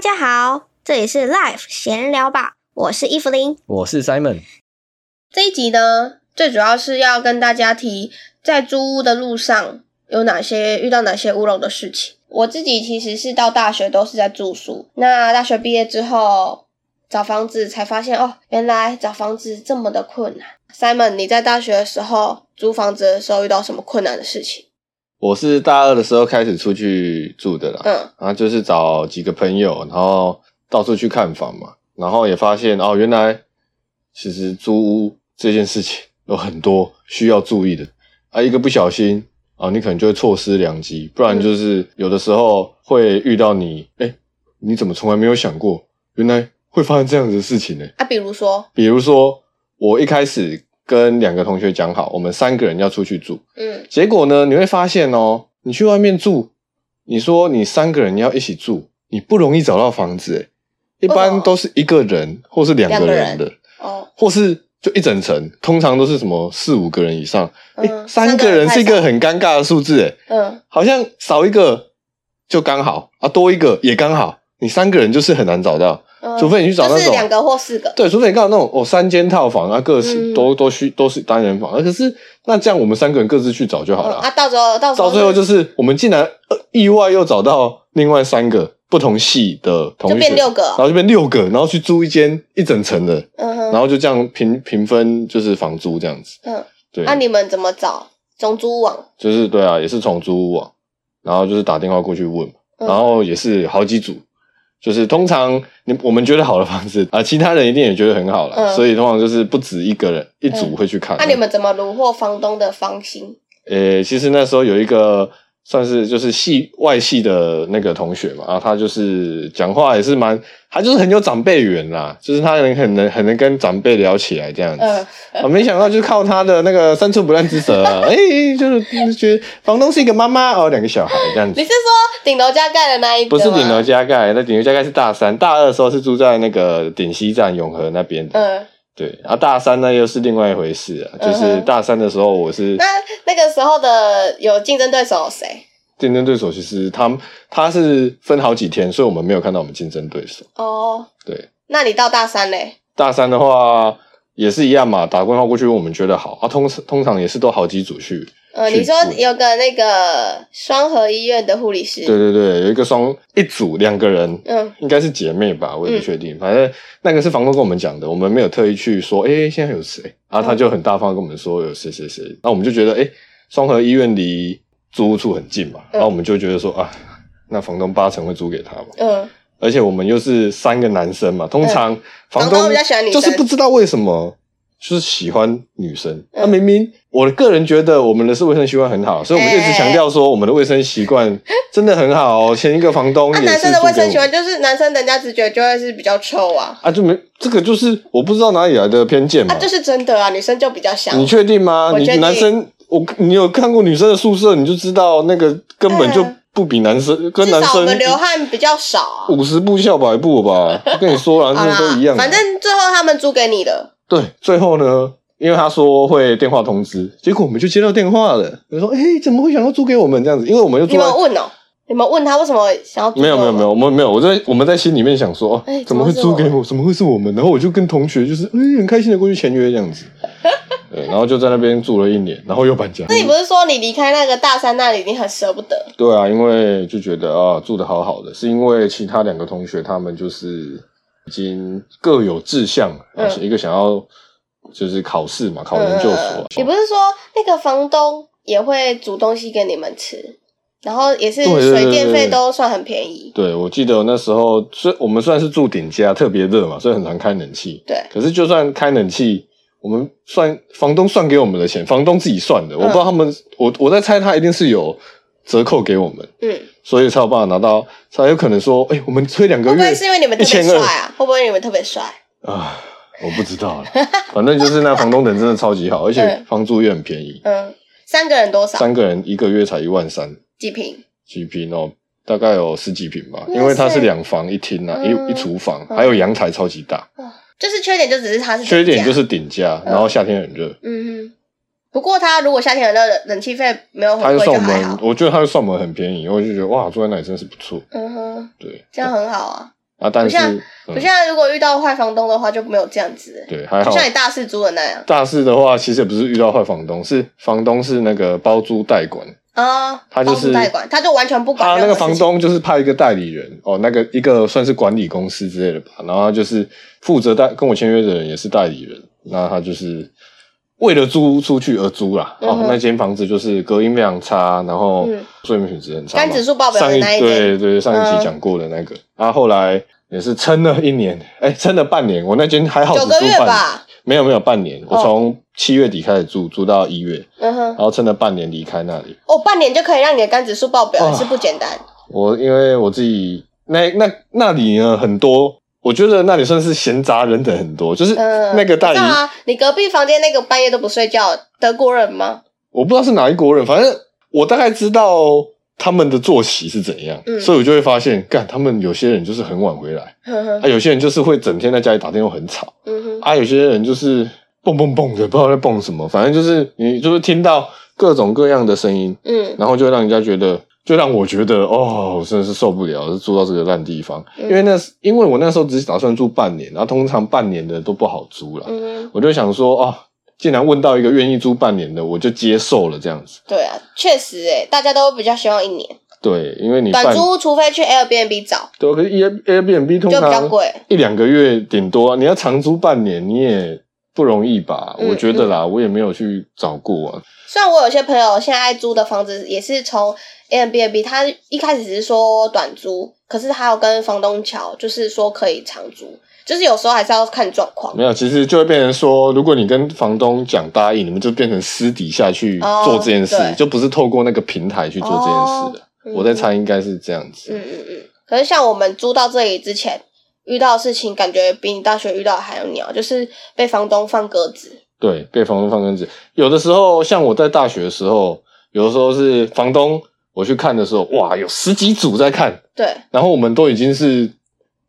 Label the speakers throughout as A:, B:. A: 家好，这里是 Life 闲聊吧，我是伊芙琳。
B: 我是 Simon。
C: 这一集呢，最主要是要跟大家提，在租屋的路上有哪些遇到哪些乌龙的事情。我自己其实是到大学都是在住宿，那大学毕业之后找房子才发现哦，原来找房子这么的困难。Simon，你在大学的时候租房子的时候遇到什么困难的事情？
D: 我是大二的时候开始出去住的啦，
C: 嗯，
D: 然后就是找几个朋友，然后到处去看房嘛，然后也发现哦，原来其实租屋这件事情有很多需要注意的啊，一个不小心啊，你可能就会错失良机，不然就是有的时候会遇到你，哎、你怎么从来没有想过，原来会发生这样子的事情呢、
C: 啊，比如说，
D: 比如说，我一开始跟两个同学讲好，我们三个人要出去住，
C: 嗯
D: 结果呢，你会发现哦，你去外面住，你说你三个人要一起住，你不容易找到房子，诶一
C: 为什
D: 般
C: 么
D: 都是一个人或是两个人
C: 哦两
D: 的，
C: 个哦，
D: 或是就一整层，通常都是什么四五个人以上，诶
C: 嗯
D: 三个人是一个很尴尬的数字，诶
C: 嗯，
D: 好像少一个就刚好啊，多一个也刚好，你三个人就是很难找到，
C: 嗯
D: 除非你去找那
C: 就是
D: 种
C: 两个或四个，
D: 对，除非你看到那种哦，三间套房啊，各是、
C: 嗯
D: 都都需都是单人房，啊可是那这样我们三个人各自去找就好
C: 嗯
D: 了啊、
C: 啊，到时候到时候
D: 到最后就是我们竟然呃意外又找到另外三个不同系的同学，
C: 就变六个
D: 然后就变六个，然后去租一间一整层的，
C: 嗯哼，
D: 然后就这样平平分就是房租这样子。
C: 嗯，
D: 对，
C: 那、你们怎么找？种租网，
D: 就是对啊，也是从租屋网，然后就是打电话过去问嘛，
C: 嗯
D: 然后也是好几组。就是通常你我们觉得好的房子啊、其他人一定也觉得很好了，
C: 嗯
D: 所以通常就是不止一个人一组
C: 嗯
D: 会去看。
C: 那、你们怎么虏获房东的芳心？
D: 呃，其实那时候有一个算是就是系外系的那个同学嘛，然后他就是讲话也是蛮，他就是很有长辈缘啦，就是他能很能很能跟长辈聊起来这样子。
C: 嗯
D: 啊，没想到就是靠他的那个三寸不烂之 舌、啊，哎、就是觉得房东是一个妈妈哦，两个小孩这样子
C: 你。是说顶楼加盖的那一个
D: 不
C: 吗？
D: 是顶楼加盖，那顶楼加盖是大三，大二的时候是住在那个顶西站永和那边的，
C: 嗯，
D: 对，然后大三呢又是另外一回事啊，就
C: 嗯
D: 是
C: 哼
D: 大三的时候我是
C: 那那个时候的有竞争对手有谁？
D: 竞争对手其实他们他是分好几天，所以我们没有看到我们竞争对手。
C: 哦，
D: 对，
C: 那你到大三嘞？
D: 大三的话也是一样嘛，打电话过去问我们觉得好啊，通通常也是都好几组去。
C: 呃，
D: 去
C: 你说
D: 住
C: 有个那个双河医院的护理师，
D: 对对对，有一个双一组两个人，
C: 嗯
D: 应该是姐妹吧，我也不确定。反正那个是房东跟我们讲的，我们没有特意去说，哎、现在有谁？然后他就很大方跟我们说有谁谁谁。那我们就觉得，哎、双河医院离租屋处很近嘛，然后我们就觉得说啊，那房东八成会租给他嘛。
C: 嗯，
D: 而且我们又是三个男生嘛，通常房
C: 房
D: 东
C: 东比较喜欢女生
D: 就是不知道为什么就是喜欢女生。那、
C: 嗯
D: 明明我个人觉得我们的是卫生习惯很好，所以我们就一直强调说我们的卫生习惯 真的很好、哦。前一个房东
C: 那、
D: 也
C: 哎啊男
D: 是
C: 生
D: 住
C: 的卫
D: 给我
C: 生
D: 们
C: 习惯就是男生人家直觉就会是比较臭啊，
D: 啊，就没这个就是我不知道哪里来的偏见嘛。
C: 啊，这是真的啊，女生就比较香。
D: 嗯你确定吗？
C: 我
D: 你
C: 确定
D: 男生我你有看过女生的宿舍，你就知道那个根本就
C: 嗯
D: 不比男生、跟
C: 至
D: 男
C: 少我
D: 生
C: 们流汗比较少啊。
D: 五十步笑百步吧。我跟你说啦，
C: 好
D: 男
C: 啦
D: 生都一样的。啊
C: 反正最后他们租给你的，
D: 对，最后呢，因为他说会电话通知，结果我们就接到电话了。我说：“哎、怎么会想要租给我们这样子？”因为我们就
C: 你
D: 住在
C: 们问哦，你们问他为什么想要租？
D: 没有没有没有，，我们没有，我在我们在心里面想说，哦、
C: 哎
D: 怎么会租给我？怎么会是我们？然后我就跟同学就是，哎、很开心的过去签约这 样子。对，然后就在那边住了一年，然后又搬家。
C: 那你不是说你离开那个大三那里，你很舍不得？
D: 对啊，因为就觉得啊，住的好好的，是因为其他两个同学他们就是已经各有志向，
C: 嗯
D: 一个想要就是考试嘛，考研究所，啊
C: 嗯你不是说那个房东也会煮东西给你们吃，然后也是
D: 对对对
C: 水电费
D: 对
C: 都算很便宜。
D: 对，我记得那时候虽我们虽然是住顶家，特别热嘛，所以很常开冷气。
C: 对，
D: 可是就算开冷气，我们算房东算给我们的钱，房东自己算的，我不
C: 嗯
D: 知道他们，我我在猜他一定是有折扣给我们，
C: 嗯，
D: 所以才有办法拿到，才有可能说，哎、我们吹两
C: 会
D: 个
C: 不
D: 月
C: 会是因为你们特别帅
D: 1200
C: 啊？会不会你们特别帅？
D: 啊，我不知道了，反正就是那房东人真的超级好，而且
C: 嗯
D: 房租也很便宜，
C: 嗯，三个人多少？
D: 三个人一个月才一万三
C: 几平？
D: 几平哦。大概有十几平吧，
C: 哇塞
D: 因为它是两房一厅啊，
C: 嗯
D: 一一厨房，还有阳台超级大。
C: 就是缺点就只是他是
D: 缺点
C: 顶
D: 就
C: 价
D: 是顶价，然后夏天很热，
C: 嗯哼。不过他如果夏天很热，冷冷气费没有
D: 他
C: 很
D: 就
C: 贵就
D: 算我
C: 还好
D: 们，。我觉得他就算我们很便宜，我就觉得哇，住在那里真是不错。
C: 嗯哼，
D: 对，
C: 这样很好啊。
D: 啊，但是
C: 不像
D: 嗯
C: 不像如果遇到坏房东的话就没有这样子，
D: 对还好
C: 就，像你大四租的那样
D: 大四的话，其实也不是遇到坏房东，是房东是那个包租代管，
C: 啊，
D: 他就
C: 包租
D: 是
C: 代管，他就完全不管
D: 他那
C: 任
D: 个
C: 何事
D: 房
C: 情
D: 东就是派一个代理人哦，那个一个算是管理公司之类的吧，然后他就是负责代跟我签约的人也是代理人，那他就是为了租出去而租啦。
C: 嗯
D: 哦
C: 哼，
D: 那间房子就是隔音非常差，然后
C: 嗯
D: 睡眠品质很差嘛。
C: 单指数报表的
D: 上一
C: 那一间
D: 对对上一
C: 嗯
D: 集讲过的那个，然后后来也是撑了一年，哎，撑了半年，我那间还好只
C: 九
D: 租
C: 个
D: 半
C: 月
D: 年，
C: 吧，
D: 没有没有半年，我
C: 哦
D: 从七月底开始租，租到一月，
C: 嗯哼
D: 然，后撑了半年离开那里。
C: 哦，半年就可以让你的肝指数爆表，
D: 哇
C: 也是不简单。
D: 我因为我自己那那那里呢很多，我觉得那里算是闲杂人等很多，就是
C: 嗯，
D: 那个代理，
C: 你知道啊，你隔壁房间那个半夜都不睡觉，德国人吗？
D: 我不知道是哪一国人，反正我大概知道他们的作息是怎样，
C: 嗯
D: 所以我就会发现，干他们有些人就是很晚回来，
C: 哼嗯哼
D: 啊，有些人就是会整天在家里打电话很吵，
C: 嗯哼，
D: 啊，有些人就是蹦蹦蹦的，不知道在蹦什么，反正就是你就会听到各种各样的声音，
C: 嗯
D: 然后就让人家觉得，就让我觉得，哦，我真的是受不了，是住到这个烂地方。
C: 嗯
D: 因为那，因为我那时候只是打算住半年，然后通常半年的都不好租了，
C: 嗯哼，
D: 我就想说，哦，既然问到一个愿意租半年的，我就接受了这样子。
C: 对啊，确实诶，大家都比较希望一年
D: 对，因为你
C: 短
D: 半
C: 租，除非去 Airbnb 找，
D: 对，可是 Air Airbnb 通
C: 就比较
D: 常
C: 贵。
D: 一两个月顶多、你要长租半年，你也不容易吧？
C: 嗯
D: 我觉得啦，我也没有去找过啊。
C: 虽然我有些朋友现在租的房子也是从 Airbnb，他一开始只是说短租，可是他有跟房东瞧，就是说可以长租，就是有时候还是要看状况。
D: 哦没有，其实就会变成说，如果你跟房东讲答应，你们就变成私底下去
C: 哦
D: 做这件事，
C: 对
D: 就不是透过那个平台去做这件事的。
C: 嗯
D: 我在猜应该是这样子。
C: 嗯嗯嗯。可是像我们租到这里之前遇到的事情，感觉比你大学遇到的还要鸟，就是被房东放鸽子。
D: 对，被房东放鸽子。有的时候，像我在大学的时候，有的时候是房东，我去看的时候，哇，有十几组在看，
C: 对，
D: 然后我们都已经是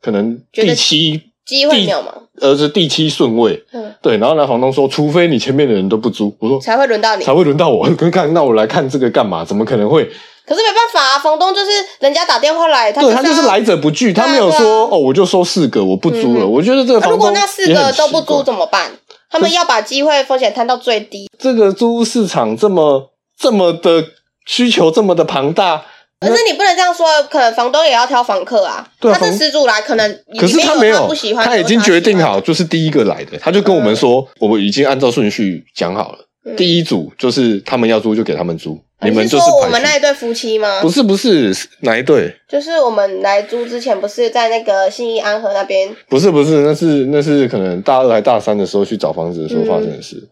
D: 可能
C: 觉
D: 第
C: 得
D: 七，
C: 机会
D: 第
C: 渺茫，
D: 呃，是第七顺位。
C: 嗯，
D: 对，然后呢，房东说，除非你前面的人都不租，我说
C: 才会轮到你。
D: 才会轮到我。 跟看，那我来看这个干嘛？怎么可能会？
C: 可是没办法啊，房东就是人家打电话来，他
D: 对
C: 要
D: 他就是来。者不拒，
C: 对啊
D: 他没有
C: 对
D: 说
C: 啊
D: 哦，我就收四个，我不租了。
C: 嗯
D: 我觉得这个
C: 啊
D: 房
C: 如果
D: 东
C: 那四
D: 也很
C: 个都不
D: 奇怪
C: 租怎么办？他们要把机会风险摊到最低，
D: 这个租屋市场这么这么的需求这么的庞大，
C: 可是你不能这样说，可能房东也要挑房客啊。
D: 对啊
C: 他这
D: 房
C: 失主来，可能里
D: 可是
C: 面
D: 他
C: 有
D: 没
C: 不喜欢，
D: 他
C: 有
D: 已经
C: 喜
D: 决定
C: 欢
D: 好，就是第一个来的，他就跟我们说，我们已经按照顺序讲好了，
C: 嗯哦
D: 第一组就是他们要租就给他们租，
C: 你
D: 们就是是
C: 说我们那一
D: 排序。
C: 对夫妻吗？
D: 不是不是是哪一对？
C: 就是我们来租之前，不是在那个信义安和那边，
D: 不是不是，那是那是可能大二还大三的时候去找房子的时候发生的事，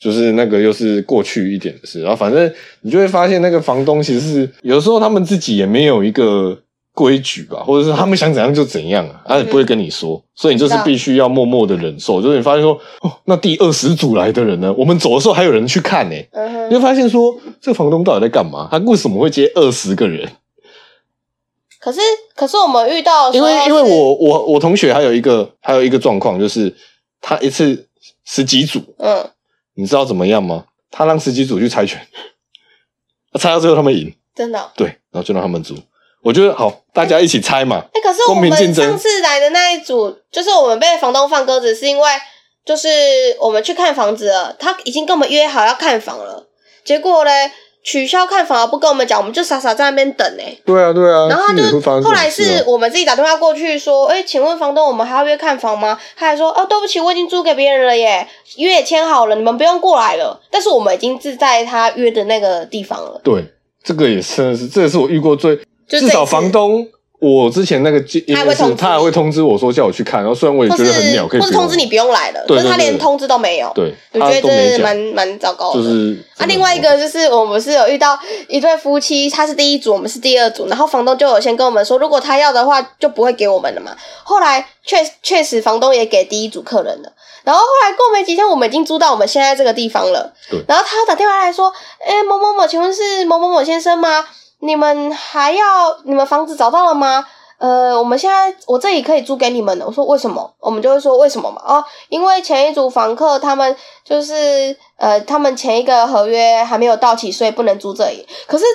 D: 就是那个又是过去一点的事。然后反正你就会发现，那个房东其实是有时候他们自己也没有一个规矩吧，或者是他们想怎样就怎样啊，他也不会跟你说，所以你就是必须要默默的忍受。就是你发现说，哦，那第二十组来的人呢，我们走的时候还有人去看呢、欸
C: 嗯
D: 你
C: 哼。
D: 会发现说，这个房东到底在干嘛？他为什么会接二十个人？
C: 可是可是我们遇到的时
D: 因
C: 候
D: 为
C: 是，
D: 因为我我我同学还有一个还有一个状况，就是他一次十几组，
C: 嗯，
D: 你知道怎么样吗？他让十几组去猜拳，猜到最后他们赢，
C: 真的哦、
D: 对，然后就让他们租。我觉得好，大家一起猜嘛。
C: 哎、可是我
D: 公平竞
C: 们
D: 争
C: 上次来的那一组，就是我们被房东放鸽子，是因为就是我们去看房子了，他已经跟我们约好要看房了，结果嘞取消看房了不跟我们讲，我们就傻傻在那边等呢、欸
D: 对啊，对啊
C: 然后他
D: 这也
C: 就
D: 会发生这
C: 后
D: 种
C: 来
D: 事啊
C: 是我们自己打电话过去说，哎、请问房东，我们还要约看房吗？他还说，哦，对不起，我已经租给别人了耶，约也签好了，你们不用过来了。但是我们已经是在他约的那个地方了，
D: 对，这个也真的是，这也是我遇过最
C: 就这
D: 至
C: 一
D: 少
C: 次
D: 房东，我之前那个经
C: 他还会通知
D: 他还会通知我说叫我去看，然后虽然我也
C: 或
D: 觉
C: 是
D: 得很鸟，可以
C: 或是
D: 不用
C: 通知你不用来了，
D: 对
C: 但是他
D: 对对
C: 连通知都没有。
D: 对，
C: 我
D: 他
C: 觉得
D: 都没
C: 这
D: 讲
C: 蛮蛮糟糕的。
D: 就是
C: 啊，另外一个就是我们是有遇到一对夫妻，他是第一组，我们是第二组，然后房东就有先跟我们说，如果他要的话就不会给我们了嘛。后来确确实房东也给第一组客人了，然后后来过没几天，我们已经租到我们现在这个地方了。
D: 对
C: 然后他打电话来说，哎、某某某，请问是某某某先生吗？你们还要你们房子找到了吗？呃，我们现在我这里可以租给你们的。我说为什么？我们就会说为什么嘛？哦，因为前一组房客他们就是呃，他们前一个合约还没有到期，所以不能租这里。可是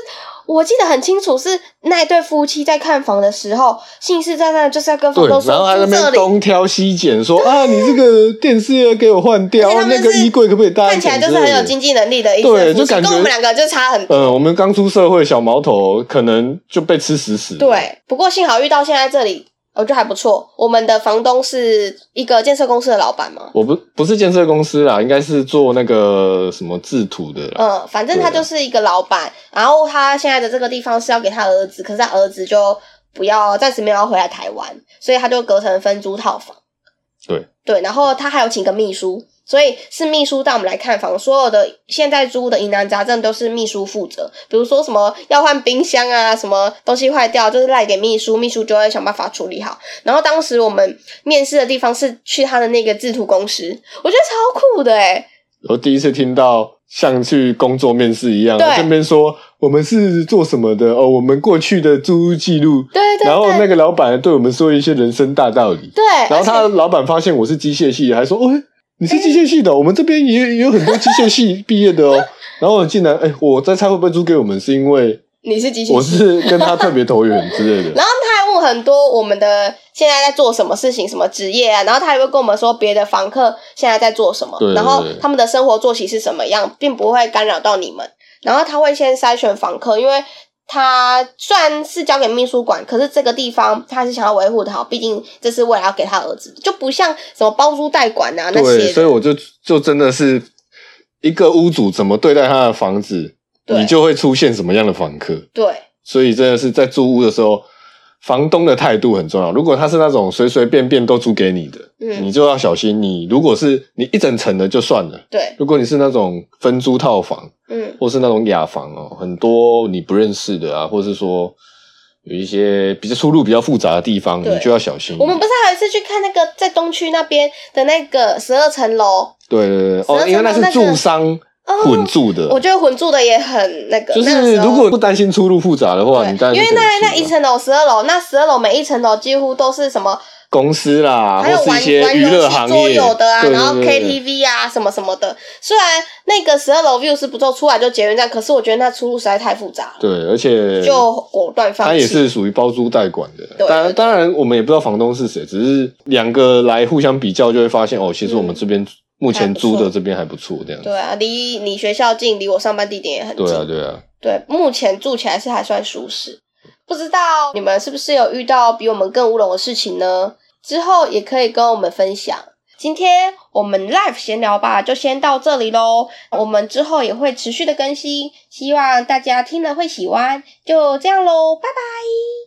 C: 我记得很清楚，是那一对夫妻在看房的时候，信誓旦旦地就是要跟
D: 对，
C: 房东说
D: 然后还在
C: 住
D: 那
C: 这
D: 边
C: 里，
D: 东挑西拣， 说啊，你这个电视要给我换掉，
C: 而且他们
D: 那个
C: 是
D: 衣柜可不可以搭一
C: 看起
D: 点？
C: 来就是很有经。济能力的一
D: 对
C: 对
D: 就
C: 夫妻，
D: 感
C: 跟
D: 觉
C: 我们两个就差很多。
D: 嗯，我们刚出社会小毛头，可能就被吃死死。，
C: 对，不过幸好遇到现在这里，我觉得还不错。我们的房东是一个建设公司的老板嘛，
D: 我不不是建设公司啦，应该是做那个什么制图的啦。
C: 嗯，反正他
D: 对啊
C: 就是一个老板。然后他现在的这个地方是要给他儿子，可是他儿子就不要，暂时没有要回来台湾，所以他就隔成分租套房。
D: 对
C: 对，然后他还有请个秘书，所以是秘书带我们来看房。所有的现在租的疑难杂症都是秘书负责，比如说什么要换冰箱啊，什么东西坏掉，就是赖给秘书，秘书就会想办法处理好。然后当时我们面试的地方是去他的那个制图公司，我觉得超酷的诶、欸
D: 我第一次听到像去工作面试一样，
C: 对
D: 这边说我们是做什么的哦，我们过去的租屋记录，
C: 对对对，
D: 然后那个老板对我们说一些人生大道理。
C: 对，
D: 然
C: 而
D: 后
C: 且
D: 他的老板发现我是机械系的，还说：“哦，你是机械
C: 哎
D: 系的哦、我们这边也也有很多机械系毕业的 哦。”然后我竟然，哎，我在猜会不会租给我们，是因为
C: 你是机械
D: 我
C: 系
D: 是跟他特别投缘之类的。
C: 然后他还问很多我们的现在在做什么事情、什么职业啊，然后他还会跟我们说别的房客现在在做什么
D: 对，
C: 然后
D: 对对
C: 他们的生活作息是什么样，并不会干扰到你们。然后他会先筛选房客，因为他虽然是交给秘书管，可是这个地方他还是想要维护的好，毕竟这是为了要给他儿子的，就不像什么包租代管 啊那
D: 对，
C: 些
D: 所以
C: 的。
D: 我就就真的是一个屋主怎么对待他的房子，
C: 对
D: 你就会出现什么样的房客。
C: 对
D: 所以真的是在租屋的时候，房东的态度很重要。如果他是那种随随便便都租给你的，
C: 嗯
D: 你就要小心。你如果是你一整层的就算了，
C: 对，
D: 如果你是那种分租套房。
C: 嗯，
D: 或是那种雅房哦，很多你不认识的啊，或是说有一些比较出入比较复杂的地方，
C: 对
D: 你就要小心一
C: 我
D: 点。
C: 们不是还有一次去看那个在东区那边的那个十二层楼，
D: 对对对
C: 蛇
D: 哦，
C: 城
D: 因为那是
C: 那个
D: 住商
C: 哦
D: 混住的，
C: 我觉得混住的也很那个，
D: 就
C: 那个
D: 是
C: 时候
D: 如果不担心出入复杂的话，
C: 对
D: 你当，然
C: 因
D: 是
C: 为
D: 可以
C: 那
D: 住
C: 那一
D: 啊
C: 层楼十二楼，那十二楼每一层楼几乎都是什么，
D: 公司啦，
C: 还有
D: 啊或
C: 玩
D: 是一些
C: 玩
D: 娱乐
C: 游
D: 行
C: 戏
D: 业
C: 桌游的啊，
D: 对
C: 然后
D: 对对对
C: KTV 啊什么什么的。虽然那个十二楼 view 是不错，出来就捷运站，可是我觉得那出入实在太复杂，
D: 对，而且
C: 就果断放
D: 他
C: 弃。
D: 也是属于包租代管的。
C: 对
D: 当然，当然我们也不知道房东是谁，只是两个来互相比较，就会发现哦，其实我们这
C: 嗯
D: 边目前租的这边还不错，这样子
C: 对。啊，离你学校近，离我上班地点也很近。
D: 对啊，对啊，
C: 对，目前住起来是还算舒适。不知道你们是不是有遇到比我们更乌龙的事情呢？之后也可以跟我们分享。今天我们 live 闲聊吧，就先到这里喽。我们之后也会持续的更新，希望大家听了会喜欢。就这样喽，拜拜。